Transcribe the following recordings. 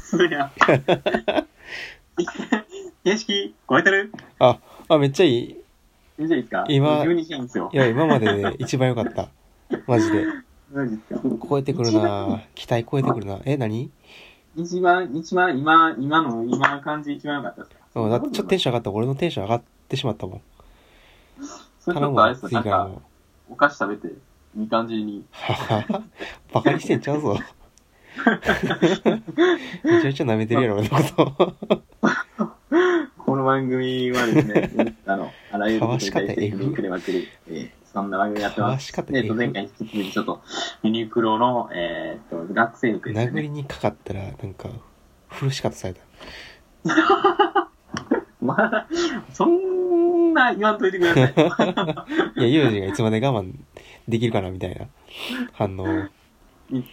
そうや。形式超えてるあ、あ、めっちゃいい。いいじゃないですか今12時なんですよい。や、今までで一番良かった。マジで。マジですか超えてくるな期待超えてくるなえ、何一番、一番、今、今の、今の感じ一番良かったですかうん、だってちょっとテンション上がった。俺のテンション上がってしまったもん。それち頼ょっむとあれわ、です次よ、なかんらか、も。お菓子食べて、いい感じに。はは バカにしてんちゃう ぞ。めちゃめちゃ舐めてるやろ、俺のこと。この番組はです ね、あの、あらゆることにかわ対し方し F てミニクレまくる、えーそんな番組やってかまわす。しかったえっと、前 F 回に引き続きちょっと、ユニクロの、えーっと、学生服です殴ね。りにかかったら、なんか、苦しかったされた。 まあ、そんな言わんといてくだ さい。いや、ユージがいつまで我慢できるかな、みたいな反応を。は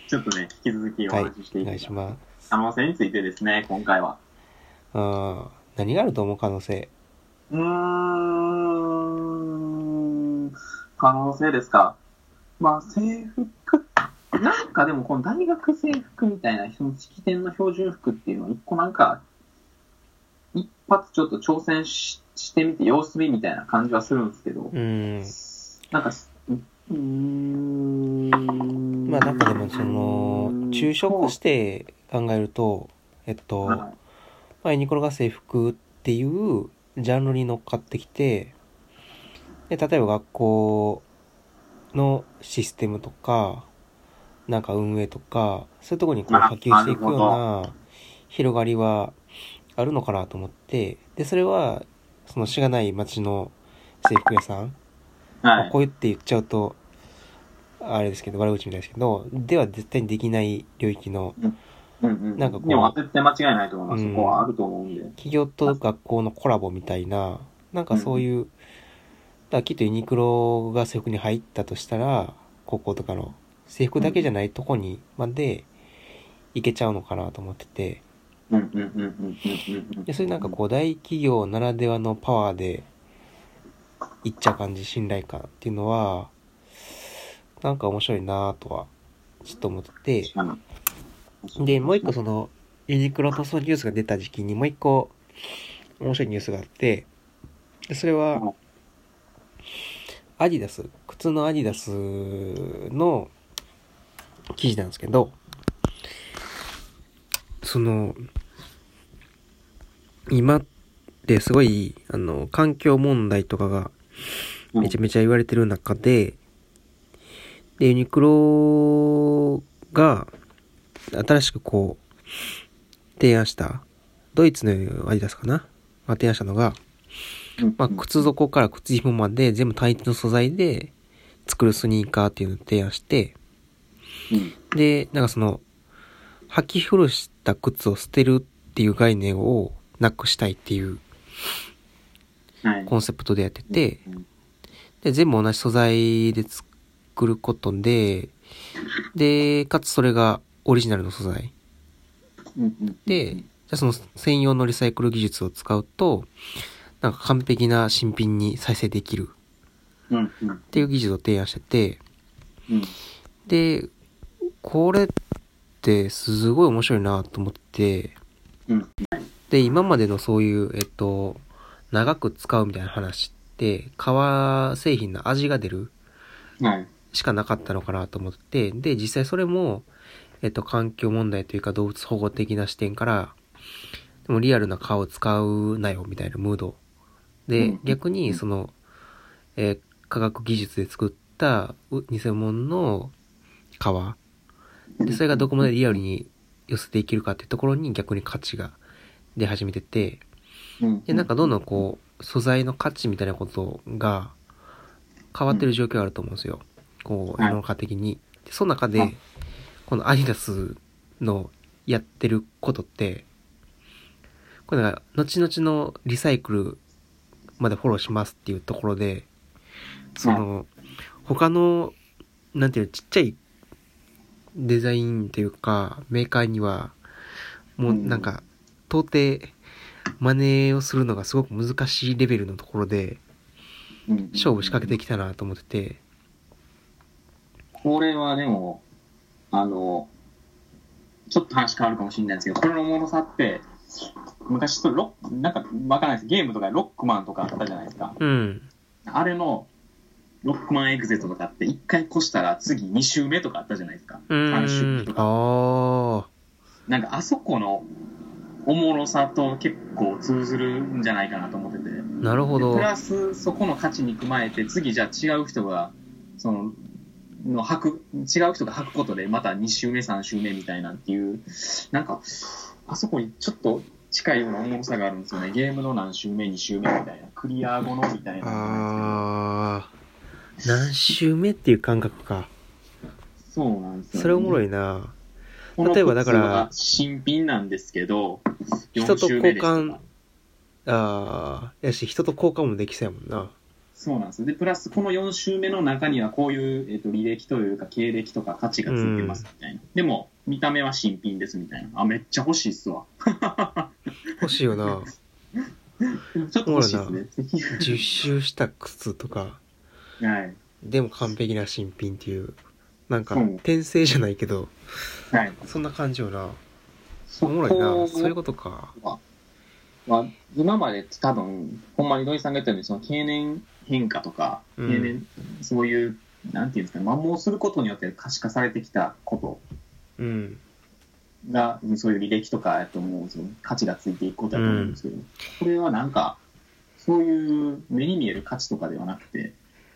ちょっとね、引き続きお話ししてい、おい願いきしたい。ます。可能性についてですね、今回は。うん。何があると思う可能性。うーん、可能性ですか。まあ、制服、なんかでも、この大学制服みたいな、その式典の標準服っていうのは、一個なんか、一発ちょっと挑戦ししてみて、様子見みたいな感じはするんですけど、うん。なんか、うーん。まあなんかでもその昼食して考えるとえっと、はいまあ、ユニクロが制服っていうジャンルに乗っかってきてで例えば学校のシステムとかなんか運営とかそういうところにこうあ波及していくようなな広がりはあるのかなと思ってでそれはそのしがない町の制服屋さんまはあいこ。う言って言っちゃうとあれですけど悪口みたいですけどでは絶対にできない領域のうんうん、なんかこうでも絶対間違いないと思います。うんそこはあると思うんで。企業と学校のコラボみたいななんかそういう、だからきっとユニクロが制服に入ったとしたら高校とかの制服だけじゃないとこにまで行けちゃうのかなと思っててうんうんうんうんうんうん。でそういうなんかこう大企業ならではのパワーでいっちゃう感じ信頼感っていうのはなんか面白いなとはちょっと思ってて。あので、もう一個その、ユニクロとそのニュースが出た時期にもう一個面白いニュースがあって、でそれうんは、アディダス、靴のアディダスの記事なんですけど、その、今ってすごい、あの、環境問題とかがうんめちゃめちゃ言われてる中で、で、ユニクロが、新しくこう、提案した、ドイツのアディダスかなが提案したのが、まあ、靴底から靴紐まで全部単一の素材で作るスニーカーっていうのを提案して、うんで、なんかその、履き古した靴を捨てるっていう概念をなくしたいっていうはいコンセプトでやってて、うんで、全部同じ素材で作ることで、で、かつそれがオリジナルの素材。うんうんで、じゃあその専用のリサイクル技術を使うと、なんか完璧な新品に再生できるうんうんっていう技術を提案してて、うんで、これってすごい面白いなと思って、うんで、今までのそういう、えっと、長く使うみたいな話って、革製品の味が出るはいしかなかったのかなと思って、で、実際それも、えっと、環境問題というか動物保護的な視点から、でもリアルな顔を使うなよ、みたいなムード。うでん、逆に、その、えー科学技術で作ったう偽物の革。で、それがどこまでリアルに寄せていけるかっていうところに逆に価値が出始めてて、うんでなんかどんどんこう素材の価値みたいなことが変わってる状況があると思うんですよ、こうは世いの中的に。でその中はでいこのアディダスのやってることってこれなんか後々のリサイクルまでフォローしますっていうところでその他のなんていうのちっちゃいデザインというかメーカーにはもうなんか到底真似をするのがすごく難しいレベルのところでうん勝負仕掛けてきたなと思っててこれはでもあのちょっと話変わるかもしれないですけど、これのおもろさって、昔そのロック、なんかわかんないです。ゲームとかロックマンとかあったじゃないですか。うん。あれの、ロックマンエグゼとかって、1回越したら次2周目とかあったじゃないですか。う3周目んと。か。あなんかあそこのおもろさと結構通ずるんじゃないかなと思ってて。あ、なるほでどプ。ラスそこの価値に加えて次じゃあ違う人がそのの履く違う人が履くことでまた2周目3周目みたいなっていうなんかあそこにちょっと近いような重さがあるんですよねゲームの何周目2周目みたいなクリア後のみたいなああ。何周目っていう感覚か。そうなんですよ、ね、それおもろいいな。例例ええばばだだかからら新品なんですけど人4と周目でした交換ああ。やし、人と交換もできそうやもんな。そうなんですよでプラスこの4週目の中にはこういう、えっと履歴というか経歴とか価値がついてますみたいな、でも見た目は新品ですみたいなあめっちゃ欲しいっすわ欲しいよ な。ちょっと欲しいっすね10周した靴とか、 はいでも完璧な新品っていう。なんかうん、転生じゃないけど、はいそんな感じよな。そおもろいな。そういうこことか。は今まで多分ほんまに土井さんが言ったようにその経年変化とか経うん年、そういうなんていうんですか摩耗することによって可視化されてきたことうん。が、そういう履歴とかやと思う、その価値がついていくことだと思うんですけど、これはなんか、そういう目に見える価値とかではなくて、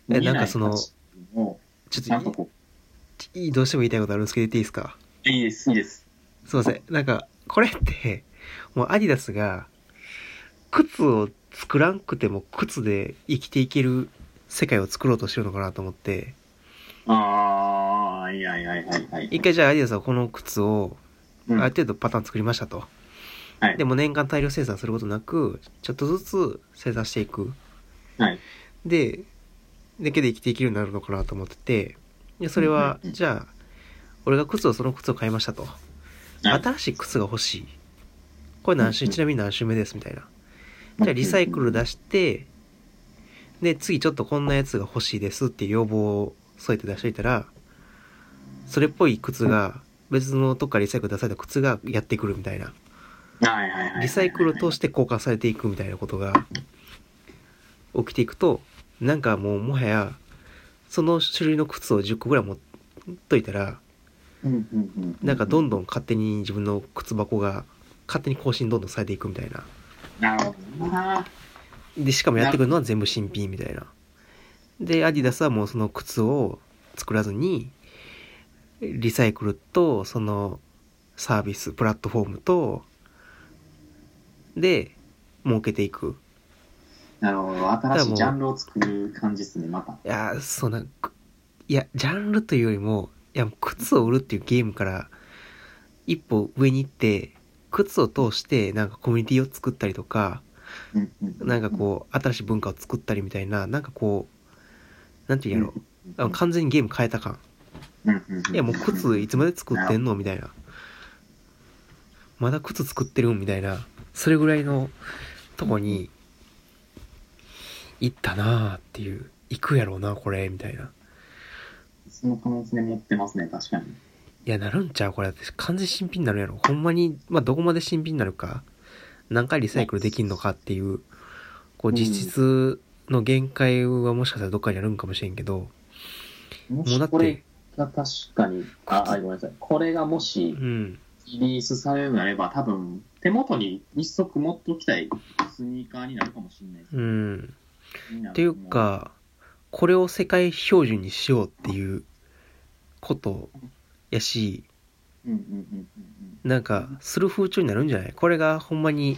え見えなんかその価値っていうのをちちゃょっんととこい、いいどうしても言いたいことあるんですけど、言っていいですかう、いいです、いいです。すいません。なんか、これって、もうアディダスが、靴を作らんくても靴で生きていける世界を作ろうとしてるのかなと思って、あー、いやいやいやいやい一回じゃあアディダスはこの靴を、うんある程度パターン作りましたと。はいでも年間大量生産することなく、ちょっとずつ生産していく。はいで、だけで生きていけるようになるのかなと思ってて、でそれは、うんうんうんじゃあ、俺が靴をその靴を買いましたと。はい新しい靴が欲しい。これ何うん週、うんちなみに何週目ですみたいな。やじゃあリサイクル出して、で、次ちょっとこんなやつが欲しいですっていう要望を添えて出しといたら、それっぽい靴が、別のとこからリサイクル出された靴がやってくるみたいな。はいはいはいはい。。リサイクルを通してて交換されていくみたいなことが起きていくと、なんかもうもはや、その種類の靴を10個ぐらい持っといたら、うんうんうんうなんかどんんどん勝手に自分の靴箱が勝手に更新どんどんされていくみたいな。なるほどな。で、しかもやってくるのは全部新品みたいな。で、アディダスはもうその靴を作らずに、リサイクルと、そのサービス、プラットフォームと、で、儲けていく。なるほど。新しでいもジャンルを作る感じですね、また。いやー、そんな、くいや、ジャンルというよりも、いや、靴を売るっていうゲームから、一歩上に行って、靴を通して、なんかコミュニティを作ったりとか、うんうんなんかこう、新しい文化を作ったりみたいな、なんかこう、なんて言うんやろ、あの完全にゲーム変えた感。うんうんんんいや、もう靴いつまで作ってんのみたいな。まだ靴作ってるんみたいな。それぐらいのとこに、行ったなーっていう。行くやろうな、これ、みたいな。その可能性持ってますね、確かに。いや、なるんちゃうこれ。私完全新品になるやろ。ほんまに、まあ、どこまで新品になるか、何回リサイクルできんのかっていう、こう、うん実質の限界はもしかしたらどっかにあるんかもしれんけど、ももうだしっこれて、が確かに、あ、あごめんなさい。これがもしうん、リリースされるのであれば、多分、手元に一足持っておきたいスニーカーになるかもしれないですうん。ね。っていうか、これを世界標準にしようっていうことやし、うんうんうんうんなんか、する風潮になるんじゃないこれがほんまに、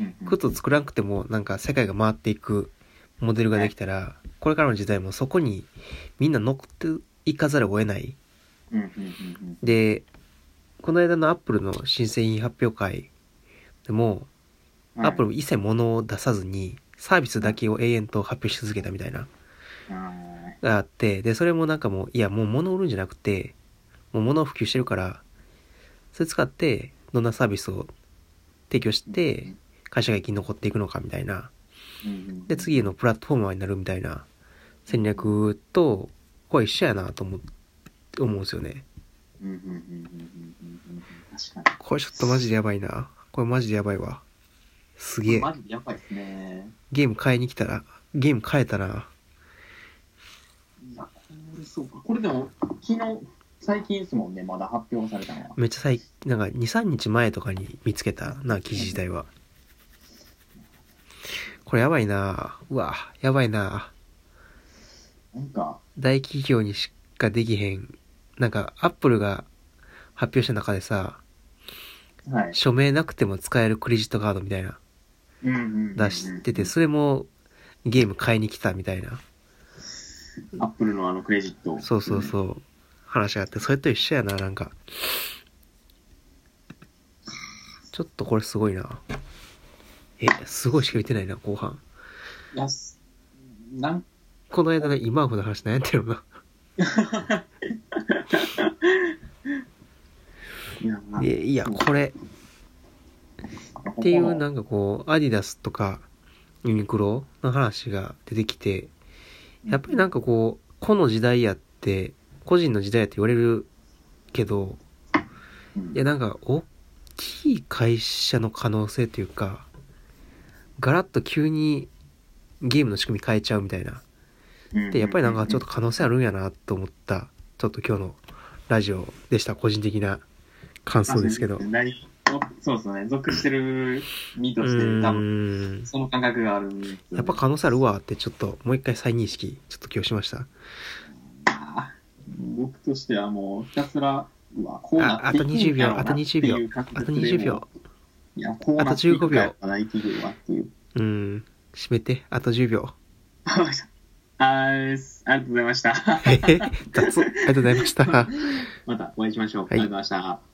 うんうん。靴作らなくても、なんか世界が回っていくモデルができたら、これからの時代もそこにみんな乗っていかざるを得ない。うんうんうんで、この間のアップルの新製品発表会でも、うん。アップルも一切物を出さずに、サービスだけを永遠と発表し続けたみたいな。はいがあって、で、それもなんかもう、いや、もう物売るんじゃなくて、もう物を普及してるから、それ使って、どんなサービスを提供して、会社が生き残っていくのかみたいな。うんうんで、次へのプラットフォーマーになるみたいな戦略と、ここは一緒やなと思う、思うんですよね。うんうんうんうんうんうんうん確かこれちょっとマジでやばいな。これマジでやばいわ。すげに。え。マジでやばいですね。ゲーム買いに来たら、ゲーム買えたな。いや、これそうか。これでも、昨日、最近ですもんね、まだ発表されたのは。めっちゃ最近、なんか2、3日前とかに見つけたな、記事自体は。これやばいな。うわ、やばいな。なんか、大企業にしかできへん。なんか、アップルが発表した中でさ、はい。署名なくても使えるクレジットカードみたいな、うんうんうんうん出してて、それもゲーム買いに来たみたいな。アップルのあのクレジット。そうそうそう。話があって、それと一緒やな、なんか。ちょっとこれすごいな。え、すごいしか見てないな、後半。うん。いやすなんこの間のイマーフの話悩んでるな。いや、まあ、えいや、これ、っっていう、なんかこう、アディダスとか、ユニクロの話が出てきて、やっぱりなんかこう、この時代やって、個人の時代やって言われるけど、うんいやなんか大きい会社の可能性というか、ガラッと急にゲームの仕組み変えちゃうみたいな。で、やっぱりなんかちょっと可能性あるんやなと思った、ちょっと今日のラジオでした。個人的な感想ですけあど。うそうですねそうですね。属してる身として、多分、ーん。その感覚があるんですよね、やっぱ可能性あるわってちょっともう一回再認識、ちょっと今日しました。あー僕としてはもう、ひたすら、うわ、こうなあっあていとくん20秒やろうなっていう確あと率で20も秒。いや、こうなっていくんやろうな、大企業はっていう。 うーん。締めて、あと10秒。あわかりましたあーすありがとうございました。 えへへ雑ありがとうございました。またお会いしましょう。ありがとうございました。